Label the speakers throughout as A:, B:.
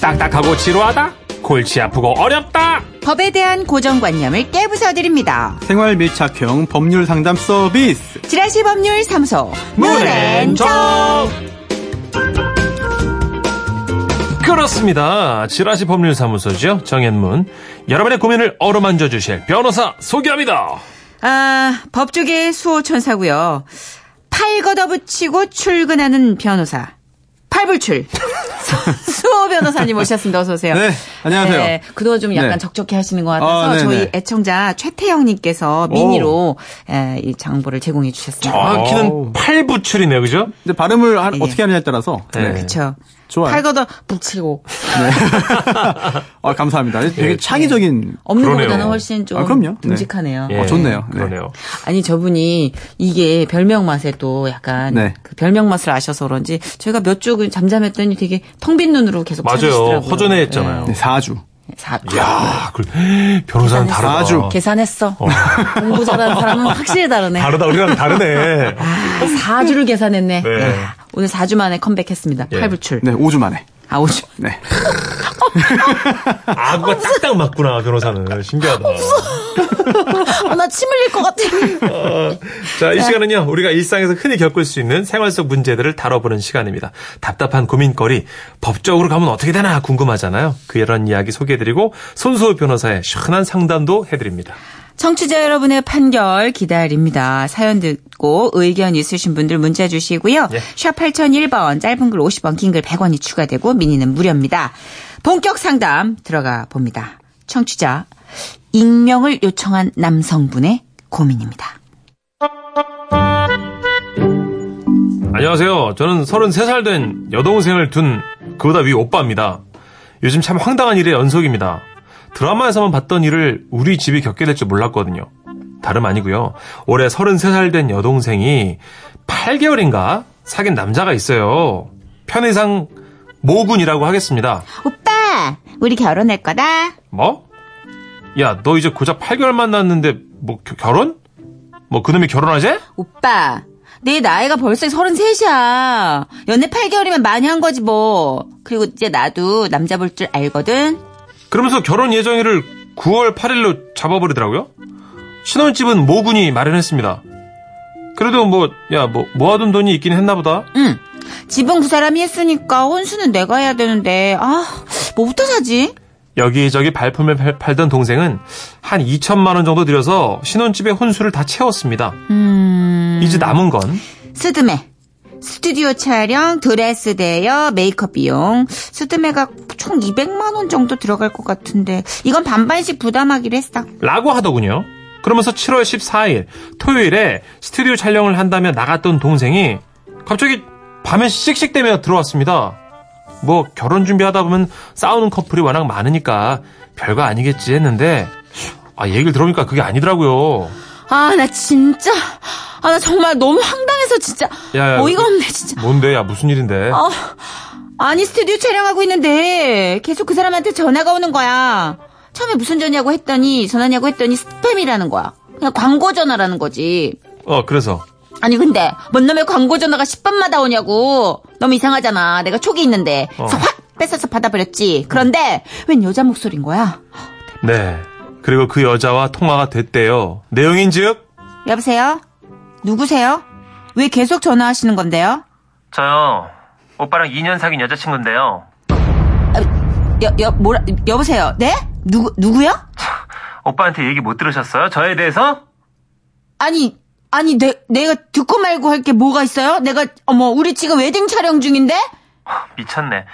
A: 딱딱하고 지루하다? 골치 아프고 어렵다?
B: 법에 대한 고정관념을 깨부숴드립니다.
C: 생활 밀착형 법률 상담 서비스.
B: 지라시 법률 사무소 문앤정
A: 그렇습니다. 지라시 법률사무소죠. 정현문. 여러분의 고민을 어루만져 주실 변호사 소개합니다.
B: 아, 법조계의 수호천사고요. 팔 걷어붙이고 출근하는 변호사. 팔불출. 수- 수호 변호사님 오셨습니다. 어서 오세요.
C: 네, 안녕하세요.
B: 그동안 좀 약간
C: 네.
B: 적적해 하시는 것 같아서
C: 아, 네네.
B: 저희 애청자 최태영님께서 미니로 에, 이 정보를 제공해 주셨습니다.
C: 어.
A: 정확히는
C: 아우.
A: 팔부출이네요. 그죠?
C: 근데 발음을 한-
B: 예.
C: 어떻게 하느냐에 따라서.
A: 네.
B: 그렇죠.
C: 좋아요.
B: 팔 걷어 붙이고
C: 아, 감사합니다. 되게
A: 예.
C: 창의적인.
B: 없는
A: 그러네요.
B: 것보다는 훨씬 좀
C: 아, 그럼요. 네.
B: 듬직하네요.
C: 어, 좋네요. 네.
A: 예, 그러네요.
B: 아니 저분이 이게 별명 맛에 또 약간
C: 네.
B: 그 별명 맛을 아셔서 그런지 저희가 몇 주 그 잠잠했더니 되게 텅 빈 눈으로 계속
A: 맞아요.
B: 찾으시더라고요.
A: 허전해했잖아요.
C: 네, 4주.
B: 네. 사-
A: 야, 그 변호사는 다르다.
C: 아주.
B: 계산했어. 공부 잘하는 사람은 확실히 다르네.
A: 다르다. 우리랑 다르네.
B: 아, 4주를 계산했네.
A: 네.
B: 야, 오늘 4주 만에 컴백했습니다.
A: 예.
B: 팔불출.
C: 네, 5주 만에.
B: 아, 5주.
C: 네.
A: 아구가 딱딱 맞구나 변호사는 신기하다.
B: 아, 나 침 흘릴 것 같아.
A: 자, 이 시간은요, 우리가 일상에서 흔히 겪을 수 있는 생활 속 문제들을 다뤄보는 시간입니다. 답답한 고민거리, 법적으로 가면 어떻게 되나 궁금하잖아요. 그런 이야기 소개해드리고, 손수호 변호사의 시원한 상담도 해드립니다.
B: 청취자 여러분의 판결 기다립니다. 사연 듣고 의견 있으신 분들 문자 주시고요.
A: 예.
B: 샵 8001번, 짧은 글 50원, 긴 글 100원이 추가되고 미니는 무료입니다. 본격 상담 들어가 봅니다. 청취자, 익명을 요청한 남성분의 고민입니다.
A: 안녕하세요. 저는 33살 된 여동생을 둔 그보다 위 오빠입니다. 요즘 참 황당한 일의 연속입니다. 드라마에서만 봤던 일을 우리 집이 겪게 될 줄 몰랐거든요. 다름 아니고요. 올해 33살 된 여동생이 8개월인가 사귄 남자가 있어요. 편의상 모군이라고 하겠습니다.
B: 오빠, 우리 결혼할 거다.
A: 뭐? 야, 너 이제 고작 8개월 만났는데 뭐 겨- 결혼? 뭐 그놈이 결혼하재?
B: 오빠, 내 나이가 벌써 33이야. 연애 8개월이면 많이 한 거지 뭐. 그리고 이제 나도 남자 볼 줄 알거든.
A: 그러면서 결혼 예정일을 9월 8일로 잡아버리더라고요. 신혼집은 모군이 마련했습니다. 그래도 뭐, 야, 뭐, 모아둔 돈이 있긴 했나 보다.
B: 응. 집은 그 사람이 했으니까 혼수는 내가 해야 되는데 아 뭐부터 사지?
A: 여기저기 발품을 팔- 팔던 동생은 한 2천만 원 정도 들여서 신혼집의 혼수를 다 채웠습니다. 이제 남은 건
B: 스드메 스튜디오 촬영 드레스 대여 메이크업 비용 스드메가 총 200만 원 정도 들어갈 것 같은데 이건 반반씩 부담하기로 했어
A: 라고 하더군요. 그러면서 7월 14일 토요일에 스튜디오 촬영을 한다며 나갔던 동생이 갑자기 밤에 씩씩대며 들어왔습니다. 뭐 결혼 준비하다 보면 싸우는 커플이 워낙 많으니까 별거 아니겠지 했는데 아 얘기를 들어보니까 그게 아니더라고요.
B: 아 나 진짜 아 나 정말 너무 황당해서 진짜
A: 야, 야,
B: 어이가
A: 그-
B: 없네 진짜
A: 뭔데 야 무슨 일인데?
B: 어, 아니 스튜디오 촬영하고 있는데 계속 그 사람한테 전화가 오는 거야. 처음에 무슨 전화냐고 했더니 전화냐고 했더니 스팸이라는 거야. 그냥 광고 전화라는 거지.
A: 어 그래서
B: 아니 근데 뭔 놈의 광고 전화가 10번마다 오냐고. 너무 이상하잖아. 내가 촉이 있는데. 그래서
A: 어.
B: 확 뺏어서 받아버렸지. 그런데 웬 여자 목소리인 거야?
A: 네 그리고 그 여자와 통화가 됐대요. 내용인즉
B: 여보세요? 누구세요? 왜 계속 전화하시는 건데요?
A: 저요 오빠랑 2년 사귄 여자친구인데요.
B: 여, 여, 뭐라, 여보세요? 네? 누구, 누구요?
A: 오빠한테 얘기 못 들으셨어요? 저에 대해서?
B: 아니, 아니, 내, 내가 듣고 말고 할 게 뭐가 있어요? 내가, 어머, 우리 지금 웨딩 촬영 중인데?
D: 미쳤네.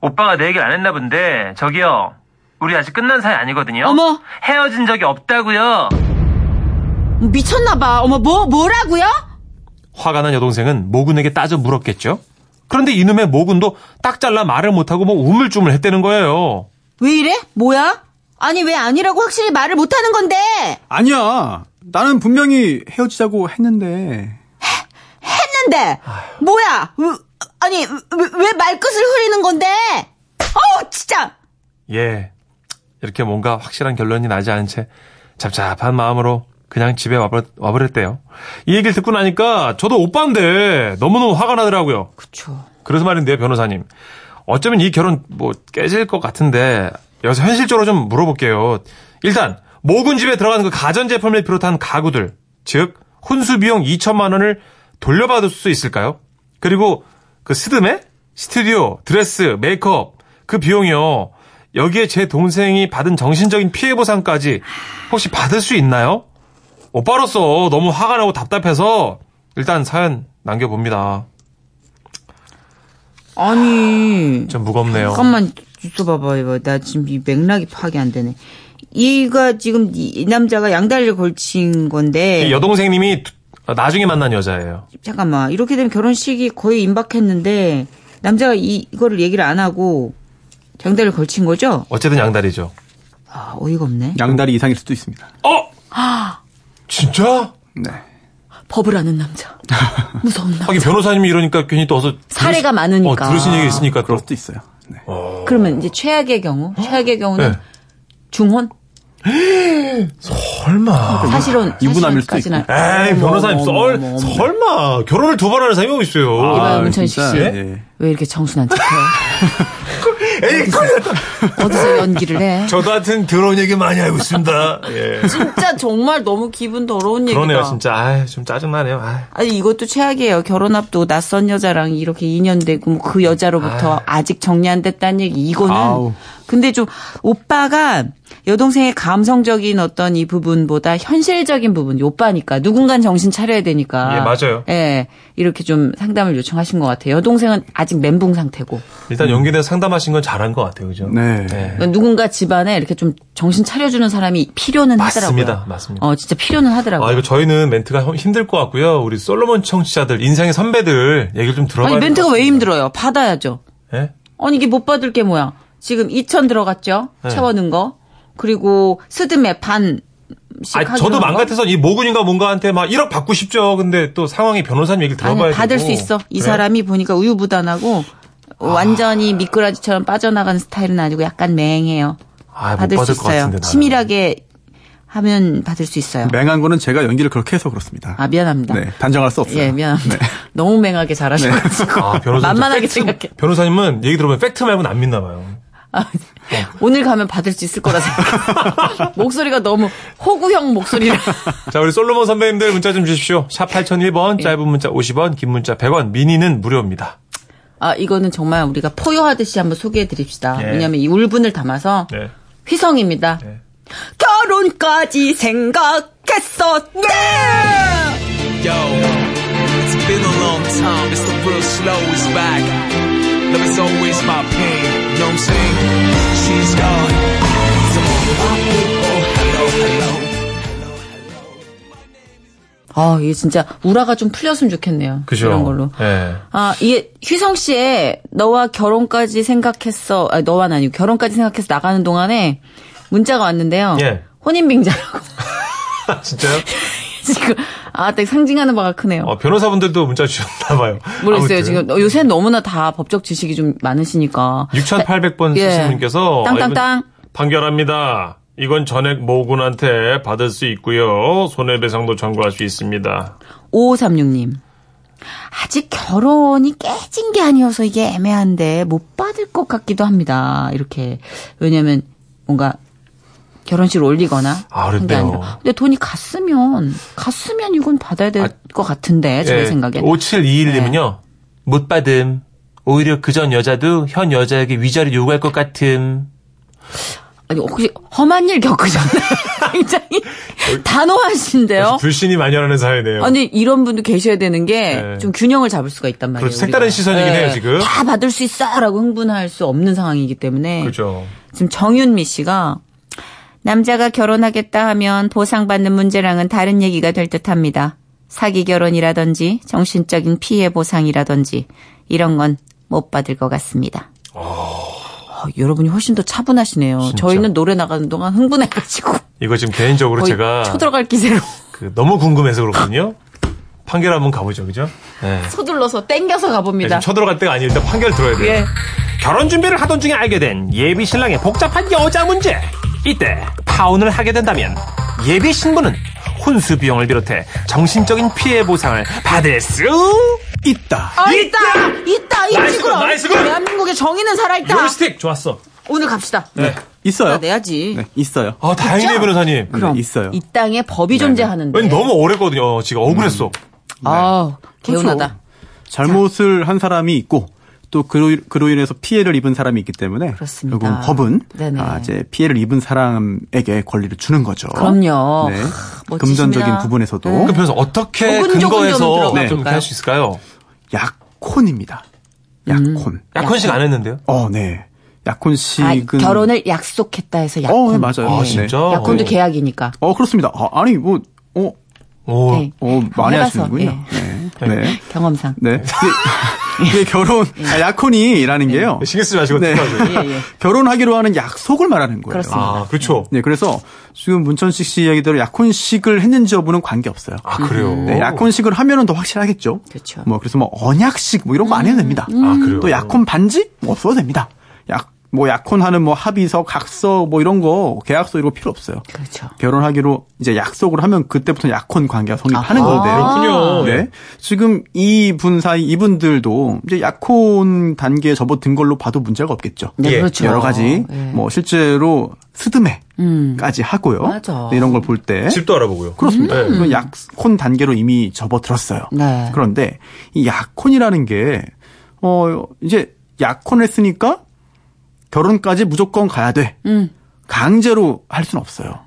D: 오빠가 내 얘기를 안 했나 본데 저기요. 우리 아직 끝난 사이 아니거든요.
B: 어머.
D: 헤어진 적이 없다고요.
B: 미쳤나봐. 어머, 뭐, 뭐라고요?
A: 화가 난 여동생은 모군에게 따져 물었겠죠. 그런데 이놈의 모군도 딱 잘라 말을 못하고 뭐 우물쭈물 했다는 거예요.
B: 왜 이래? 뭐야? 아니, 왜 아니라고 확실히 말을 못하는 건데?
C: 아니야. 나는 분명히 헤어지자고 했는데.
B: 했는데! 뭐야? 으, 아니, 왜, 왜 말끝을 흐리는 건데? 어우, 진짜!
A: 예. 이렇게 뭔가 확실한 결론이 나지 않은 채 잡잡한 마음으로 그냥 집에 와버, 와버렸대요. 이 얘기를 듣고 나니까 저도 오빠인데 너무너무 화가 나더라고요.
B: 그쵸.
A: 그래서 말인데요, 변호사님.
E: 어쩌면 이 결혼 뭐 깨질 것 같은데 여기서 현실적으로 좀 물어볼게요. 일단 모군 집에 들어가는 그 가전제품을 비롯한 가구들, 즉 혼수 비용 2천만 원을 돌려받을 수 있을까요? 그리고 그 스드메, 스튜디오, 드레스, 메이크업 그 비용이요. 여기에 제 동생이 받은 정신적인 피해 보상까지 혹시 받을 수 있나요? 오빠로서 너무 화가 나고 답답해서 일단 사연 남겨봅니다.
B: 아니.
E: 좀 무겁네요.
B: 잠깐만 있어봐봐. 이거. 나 지금 이 맥락이 파악이 안 되네. 얘가 지금 이 남자가 양다리를 걸친 건데
E: 이 여동생님이 두- 나중에 만난 여자예요.
B: 잠깐만 이렇게 되면 결혼식이 거의 임박했는데 남자가 이, 이거를 얘기를 안 하고 양다리를 걸친 거죠?
E: 어쨌든 양다리죠.
B: 아 어이가 없네.
C: 양다리 이상일 수도 있습니다.
E: 어? 진짜?
C: 네.
F: 법을 아는 남자. 무서운 남자.
E: 하긴 변호사님이 이러니까 괜히 또 어서 들으시-
F: 사례가 많으니까.
E: 어, 들으신 얘기 있으니까 또
C: 그럴 수도 있어요. 네.
B: 그러면 이제 최악의 경우 최악의 경우는
E: 네.
B: 중혼
F: 아,
E: 설마.
B: 사실은
C: 이분함일 수도
B: 사실은까지는-
C: 있고.
E: 에이 변호사님
B: 어머,
E: 설 아,
B: 어머, 어머, 어머.
E: 설마 결혼을 두 번 하는 사람이 어디 있어요?
F: 뭐, 이봐요, 문천식
C: 진짜,
F: 씨.
C: 예.
F: 왜 이렇게 정순한 척해? 어디서, 어디서 연기를 해?
E: 저도 하여튼 더러운 얘기 많이 알고 있습니다. 예.
B: 진짜 정말 너무 기분 더러운 얘기다.
E: 그러네요 진짜. 아좀 짜증나네요. 아이.
B: 아니 이것도 최악이에요. 결혼 앞도 낯선 여자랑 이렇게 인연되고 뭐그 여자로부터 아직 정리 안 됐다는 얘기 이거는
C: 아우.
B: 근데 좀 오빠가 여동생의 감성적인 어떤 이 부분보다 현실적인 부분 이 오빠니까 누군간 정신 차려야 되니까
E: 예, 맞아요.
B: 예, 이렇게 좀 상담을 요청하신 것 같아요. 여동생은 아직 멘붕 상태고
E: 일단 연기대 상담하신 건 잘한 것 같아요, 그죠? 예.
C: 네.
B: 그러니까 누군가 집안에 이렇게 좀 정신 차려주는 사람이 필요는
E: 맞습니다,
B: 하더라고요.
E: 맞습니다.
B: 어 진짜 필요는 하더라고요.
E: 아, 이거 저희는 멘트가 험- 힘들 것 같고요. 우리 솔로몬 청취자들, 인생의 선배들 얘기를 좀 들어봐야
B: 아니
E: 될것
B: 멘트가 왜
E: 같습니다.
B: 힘들어요? 받아야죠.
E: 예?
B: 아니 이게 못 받을 게 뭐야? 지금 2천 들어갔죠?
E: 네.
B: 채워는 거. 그리고 스드메 반씩
E: 아,
B: 하기로
E: 저도
B: 한 거?
E: 망가져서 이 모군인가 뭔가한테 막 1억 받고 싶죠. 근데 또 상황이 변호사님 얘기를
B: 아니,
E: 들어봐야
B: 받을
E: 되고.
B: 수 있어. 이
E: 그래요? 아.
B: 사람이 보니까 우유부단하고 완전히 미꾸라지처럼 빠져나가는 스타일은 아니고 약간 맹해요.
E: 아, 못
B: 받을 수
E: 받을 것
B: 있어요.
E: 같은데, 나는.
B: 치밀하게 하면 받을 수 있어요.
C: 맹한 거는 제가 연기를 그렇게 해서 그렇습니다.
B: 아 미안합니다.
C: 네. 단정할 수 없어요.
B: 예 미안합니다. 너무 맹하게 잘하셔가지고
E: 네. 아, 변호사님.
B: 만만하게
E: 팩트-
B: 생각해.
E: 변호사님은 얘기 들어보면 팩트 말고는 안 믿나 봐요.
B: 아,
E: 네.
B: 오늘 가면 받을 수 있을 거라 생각. 목소리가 너무 호구형 목소리라.
E: 자, 우리 솔로몬 선배님들 문자 좀 주십시오. 샵
B: 예.
E: 8001번, 짧은 문자 50원, 긴 문자 100원, 미니는 무료입니다.
B: 아, 이거는 정말 우리가 포효하듯이 한번 소개해 드립시다.
E: 예.
B: 왜냐면 이 울분을 담아서
E: 네.
B: 휘성입니다.
E: 네.
B: 결혼까지 생각했었네!
G: Yo, it's been a long time. It's the real slow is back. Love is always my pain. You know what I'm saying? She's gone. Some of my people. Hello, hello.
B: 아, 이게 진짜 우라가 좀 풀렸으면 좋겠네요.
E: 그죠?
B: 이런 걸로.
E: 예.
B: 아, 이게 휘성 씨의 너와 결혼까지 생각했어, 아, 너와는 아니고 결혼까지 생각해서 나가는 동안에 문자가 왔는데요.
E: 예.
B: 혼인빙자라고.
E: 아, 진짜요?
B: 지금, 아, 되게 상징하는 바가 크네요.
E: 어, 변호사분들도 문자 주셨나 봐요.
B: 모르겠어요.
E: 아무튼.
B: 지금 어, 요새 너무나 다 법적 지식이 좀 많으시니까.
E: 6,800번
B: 예.
E: 쓰신 분께서
B: 땅땅땅.
E: 이건 판결합니다. 이건 전액 모군한테 받을 수 있고요. 손해배상도 청구할 수 있습니다.
B: 5536님. 아직 결혼이 깨진 게 아니어서 이게 애매한데 못 받을 것 같기도 합니다. 이렇게. 왜냐면 뭔가 결혼식을 올리거나
E: 아,
B: 한 게
E: 그랬대요.
B: 아니라. 근데 돈이 갔으면 갔으면 이건 받아야 될 것 같은데 제 생각엔. 네.
E: 5721님은요. 예, 못 받음. 오히려 그 전 여자도 현 여자에게 위자료 요구할 것 같음.
B: 아니 혹시 험한 일 겪으셨나요? 굉장히 단호하신데요.
E: 불신이 만연하는 사회네요.
B: 아니 이런 분도 계셔야 되는 게
E: 네.
B: 좀 균형을 잡을 수가 있단 말이에요.
E: 그렇죠.
B: 우리가.
E: 색다른
B: 예.
E: 시선이긴 해요, 지금.
B: 다 받을 수 있어라고 흥분할 수 없는 상황이기 때문에
E: 그죠.
B: 지금 정윤미 씨가 남자가 결혼하겠다 하면 보상받는 문제랑은 다른 얘기가 될 듯합니다. 사기 결혼이라든지 정신적인 피해 보상이라든지 이런 건 못 받을 것 같습니다. 어, 여러분이 훨씬 더 차분하시네요. 저희는 노래 나가는 동안 흥분해가지고
E: 이거 지금 개인적으로
B: 거의
E: 제가
B: 쳐들어갈 기세로
E: 그 너무 궁금해서 그렇거든요. 판결 한번 가보죠, 그죠? 네.
B: 서둘러서 땡겨서 가봅니다.
E: 지금 쳐들어갈 때가 아니에요. 일단 판결 들어야 돼요.
B: 예.
E: 결혼 준비를 하던 중에 알게 된 예비 신랑의 복잡한 여자 문제. 이때 파혼을 하게 된다면 예비 신부는 혼수 비용을 비롯해 정신적인 피해 보상을 받을 수
C: 있다.
F: 아, 있다! 있다! 이
E: 나이스
F: 지구로!
E: 건, 나이스 건!
F: 대한민국의 정의는 살아있다!
E: 요리스틱 좋았어.
F: 오늘 갑시다.
E: 네.
C: 있어요.
B: 아,
F: 나 내야지.
C: 네, 있어요.
E: 아 다행이네 변호사님.
F: 그럼.
C: 네, 있어요.
F: 이 땅에 법이 존재하는데.
E: 왠 너무 오래거든요. 지금 억울했어.
C: 네.
F: 아,
C: 그렇죠.
F: 개운하다.
C: 잘못을 한 사람이 있고 또 그로, 그로 인해서 피해를 입은 사람이 있기 때문에
F: 그렇습니다.
C: 결국 법은
F: 네네.
C: 아, 이제 피해를 입은 사람에게 권리를 주는 거죠.
F: 그럼요.
C: 네.
F: 하, 멋지십니다. 네.
C: 금전적인 부분에서도
E: 그 변호사 어떻게
F: 조금, 조금 좀
E: 근거해서
F: 들어가
E: 좀
F: 볼까요?
E: 할 수 있을까요?
C: 약혼입니다. 약혼.
E: 약혼식 안 했는데요?
C: 어, 네.
F: 음. 아,
C: 약혼식은 그-
F: 결혼을 약속했다 해서 약혼. 예.
C: 어, 네, 맞아요.
E: 아
C: 네.
E: 진짜.
F: 약혼도
E: 어.
F: 계약이니까.
C: 어, 그렇습니다. 아, 아니 뭐 어,
E: 오.
F: 네.
C: 어 많이
F: 해봐서, 예.
C: 하시는군요. 네. 네.
F: 경험상.
C: 네. 근데 이게 결혼 아, 약혼이라는 게요.
E: 신경 쓰지 마시고
C: 네.
E: 들어가세요.
F: 예, 예.
C: 결혼하기로 하는 약속을 말하는 거예요.
F: 그렇습니다.
E: 아 그렇죠.
C: 네, 그래서 지금 문천식 씨 이야기대로 약혼식을 했는지 여부는 관계없어요.
E: 아 그래요.
C: 네, 약혼식을 하면은 더 확실하겠죠.
F: 그렇죠. 음.
C: 뭐 그래서 뭐 언약식 뭐 이런 거 안 해도 됩니다.
E: 아, 그래요?
C: 또 약혼 반지 뭐 없어도 됩니다. 약 뭐 약혼하는 뭐 합의서, 각서 뭐 이런 거 계약서 이런 거 필요 없어요.
F: 그렇죠.
C: 결혼하기로 이제 약속을 하면 그때부터 약혼 관계가
F: 아.
C: 성립하는 건데요.
E: 그렇군요.
C: 네. 지금 이 분 사이 이분들도 이제 약혼 단계에 접어든 걸로 봐도 문제가 없겠죠.
F: 네,
E: 예,
F: 그렇죠.
C: 여러 가지
F: 예.
C: 뭐 실제로 스드메까지 하고요.
F: 맞아.
C: 네, 이런 걸 볼 때
E: 집도 알아보고요.
C: 그렇습니다.
E: 네.
C: 그건 약혼 단계로 이미 접어들었어요.
F: 음. 네.
C: 그런데 이 약혼이라는 게 어, 이제 약혼을 했으니까 결혼까지 무조건 가야 돼.
F: 음.
C: 강제로 할 수는 없어요.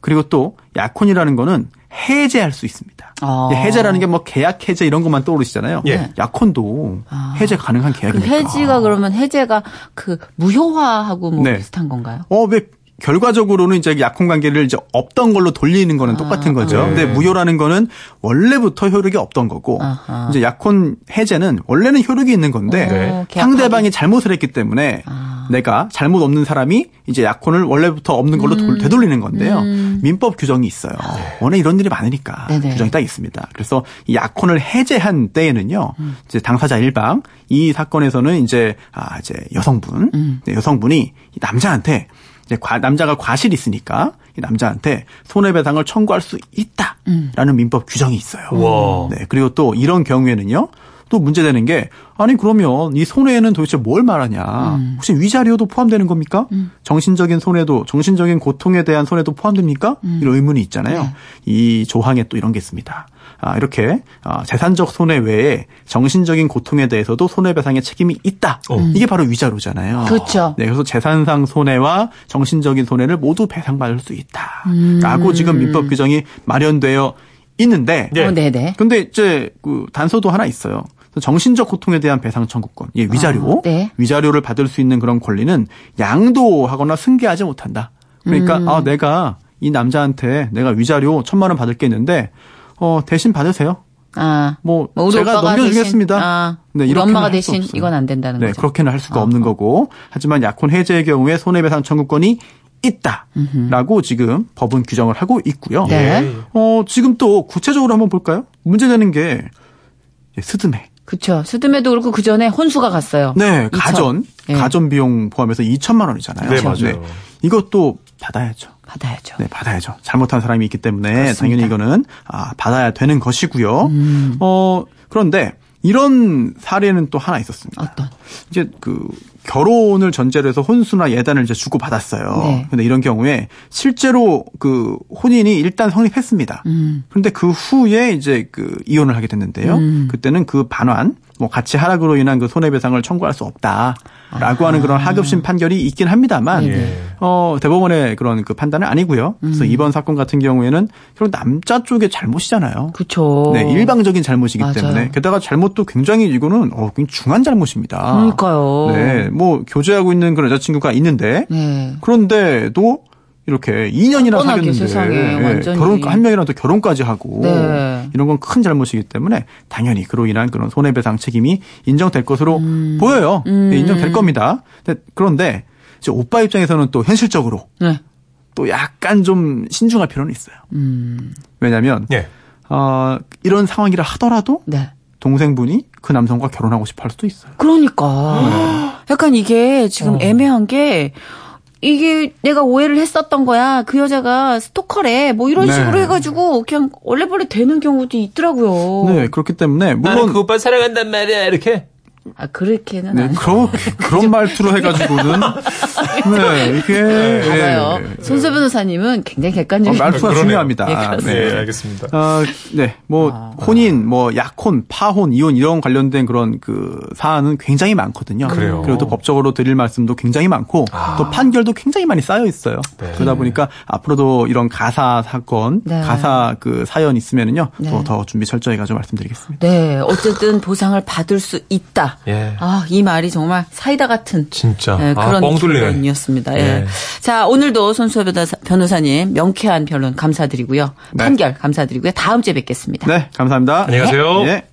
C: 그리고 또 약혼이라는 거는 해제할 수 있습니다.
F: 아.
C: 해제라는 게 뭐 계약 해제 이런 것만 떠오르시잖아요.
E: 예. 네.
C: 약혼도 해제 가능한
F: 그
C: 계약이니까.
F: 해지가 그러면 해제가 그 무효화하고 뭐
C: 네.
F: 비슷한 건가요?
C: 어, 왜 결과적으로는 이제 약혼 관계를 이제 없던 걸로 돌리는
F: 아,
C: 거는 똑같은 거죠.
F: 네.
C: 근데 무효라는 거는 원래부터 효력이 없던 거고
F: 아하. 어,
C: 이제 약혼 해제는 원래는 효력이 있는 건데
E: 네.
C: 상대방이 잘못을 했기 때문에
F: 아.
C: 내가 잘못 없는 사람이 이제 약혼을 원래부터 없는 걸로
F: 음.
C: 돌- 되돌리는 건데요. 민법 규정이 있어요. 워낙 이런 일이 많으니까
F: 아. 네네.
C: 규정이 딱 있습니다. 그래서 이 약혼을 해제한 때에는요,
F: 음.
C: 이제 당사자 일방 이 사건에서는 이제 아 이제 여성분,
F: 음.
C: 네, 여성분이 이 남자한테 이제 과- 남자가 과실이 있으니까 이 남자한테 손해배상을 청구할 수
F: 음.
C: 있다라는 민법 규정이 있어요.
E: 우와.
C: 네 그리고 또 이런 경우에는요. 또 문제되는 게 아니 그러면 이 손해는 도대체 뭘 말하냐?
F: 음.
C: 혹시 위자료도 포함되는 겁니까? 정신적인 손해도 정신적인 고통에 대한 손해도 포함됩니까?
F: 음.
C: 이런 의문이 있잖아요.
F: 네.
C: 이 조항에 또 이런 게 있습니다. 아, 이렇게 아, 재산적 손해 외에 정신적인 고통에 대해서도 손해배상의 책임이 있다. 이게 바로 위자료잖아요.
F: 어. 음. 그렇죠.
C: 네, 그래서 재산상 손해와 정신적인 손해를 모두 배상받을 수
F: 음.
C: 있다.라고 지금 민법 규정이 마련되어 있는데
E: 예.
F: 어, 네네.
C: 근데 이제 그 단서도 하나 있어요. 그래서 정신적 고통에 대한 배상 청구권, 예, 위자료,
F: 아, 네.
C: 위자료를 받을 수 있는 그런 권리는 양도하거나 승계하지 못한다. 그러니까
F: 음.
C: 아 내가 이 남자한테 내가 위자료 천만 원 받을 게 있는데 어 대신 받으세요.
F: 아,
C: 뭐,
F: 뭐 우리
C: 제가
F: 오빠가
C: 넘겨주겠습니다.
F: 대신, 아,
C: 네,
F: 우리
C: 이렇게는
F: 엄마가
C: 할수
F: 대신
C: 없어요.
F: 이건 안 된다는
C: 네,
F: 거죠. 아,
C: 그렇게는 할 수가 없는 거고 하지만 약혼 해제의 경우에 손해배상 청구권이 있다라고 지금 법은 규정을 하고 있고요.
F: 네.
C: 어, 지금 또 구체적으로 한번 볼까요? 문제되는 게 예, 스드메.
F: 그렇죠. 스드메도 그렇고 그 전에 혼수가 갔어요.
C: 네,
F: 2천.
C: 가전.
F: 예,
C: 가전 비용 포함해서 2천만 원이잖아요.
E: 네, 맞아요.
C: 이것도 받아야죠.
F: 받아야죠.
C: 네, 받아야죠. 잘못한 사람이 있기 때문에
F: 그렇습니다.
C: 당연히 이거는 아, 받아야 되는 것이고요.
F: 음.
C: 어, 그런데 이런 사례는 또 하나 있었습니다.
F: 어떤?
C: 이제 그 결혼을 전제로 해서 혼수나 예단을 이제 주고 받았어요.
F: 네.
C: 근데 이런 경우에 실제로 그 혼인이 일단 성립했습니다.
F: 음.
C: 그런데 그 후에 이제 그 이혼을 하게 됐는데요.
F: 음.
C: 그때는 그 반환 뭐 가치 하락으로 인한 그 손해배상을 청구할 수
F: 아.
C: 없다라고 하는 그런 하급심 판결이 있긴 합니다만
F: 네,
C: 어 대법원의 그런 그 판단은 아니고요.
F: 음.
C: 그래서 이번 사건 같은 경우에는 결국 남자 쪽의 잘못이잖아요.
F: 그렇죠.
C: 네, 일방적인 잘못이기
F: 맞아요.
C: 때문에 게다가 잘못도 굉장히 이거는 어, 굉장히 중한 잘못입니다.
F: 그러니까요.
C: 네, 뭐 교제하고 있는 그런 여자친구가 있는데
F: 네.
C: 그런데도 이렇게 2년이나
F: 뻔하게
C: 사귀었는데
F: 세상에
C: 예,
F: 완전히.
C: 결혼 한 명이랑 또 결혼까지 하고
F: 네.
C: 이런 건 큰 잘못이기 때문에 당연히 그로 인한 그런 손해배상 책임이 인정될 것으로
F: 음.
C: 보여요. 네, 인정될 겁니다. 근데 그런데 이제 오빠 입장에서는 또 현실적으로
F: 네.
C: 또 약간 좀 신중할 필요는 있어요.
F: 음.
C: 왜냐하면
E: 예.
C: 어, 이런 상황이라 하더라도
F: 네.
C: 동생분이 그 남성과
B: 그러니까.
C: 결혼하고 싶어 할 수도 있어요.
F: 그러니까. 약간 이게 지금 애매한 게
B: 이게 내가 오해를 했었던 거야. 그 여자가 스토커래. 뭐 이런
C: 네.
B: 식으로 해가지고 그냥 원래벌레 되는 경우도
F: 어.
B: 있더라고요.
C: 네, 그렇기 때문에
E: 나는
C: 물론
E: 그 오빠 사랑한단 말이야 이렇게
B: 아 그렇게는
C: 네,
B: 안
C: 그러, 그런 말투로 해가지고는 네, 이게
B: 봐요. 손수 변호사님은 굉장히
C: 어,
B: 객관적인
C: 말투가
E: 그러네요.
C: 중요합니다.
B: 예, 그렇습니다.
E: 네 알겠습니다
C: 아, 네, 뭐 혼인, 뭐 약혼, 파혼, 이혼 이런 관련된 그런 그 사안은 굉장히 많거든요.
E: 그래요. 아.
C: 리고또 법적으로 드릴 말씀도 굉장히 많고 또 판결도 굉장히 많이 쌓여 있어요.
E: 네.
C: 그러다 보니까 앞으로도 이런 가사 사건,
B: 네.
C: 가사 그 사연 있으면은요
B: 네.
C: 또 더 준비 철저히 가지고 말씀드리겠습니다.
B: 네, 어쨌든 보상을 받을 수 있다.
E: 예.
B: 아, 이 말이 정말 사이다 같은
E: 진짜.
B: 예,
E: 아,
B: 그런
E: 뻥 뚫리네.
B: 결론이었습니다. 예.
E: 예.
B: 자, 오늘도 손수호 변호사- 변호사님 명쾌한 변론 감사드리고요.
C: 네.
B: 판결 감사드리고요. 다음 주에 뵙겠습니다.
C: 네, 감사합니다.
E: 안녕히 가세요.
C: 예.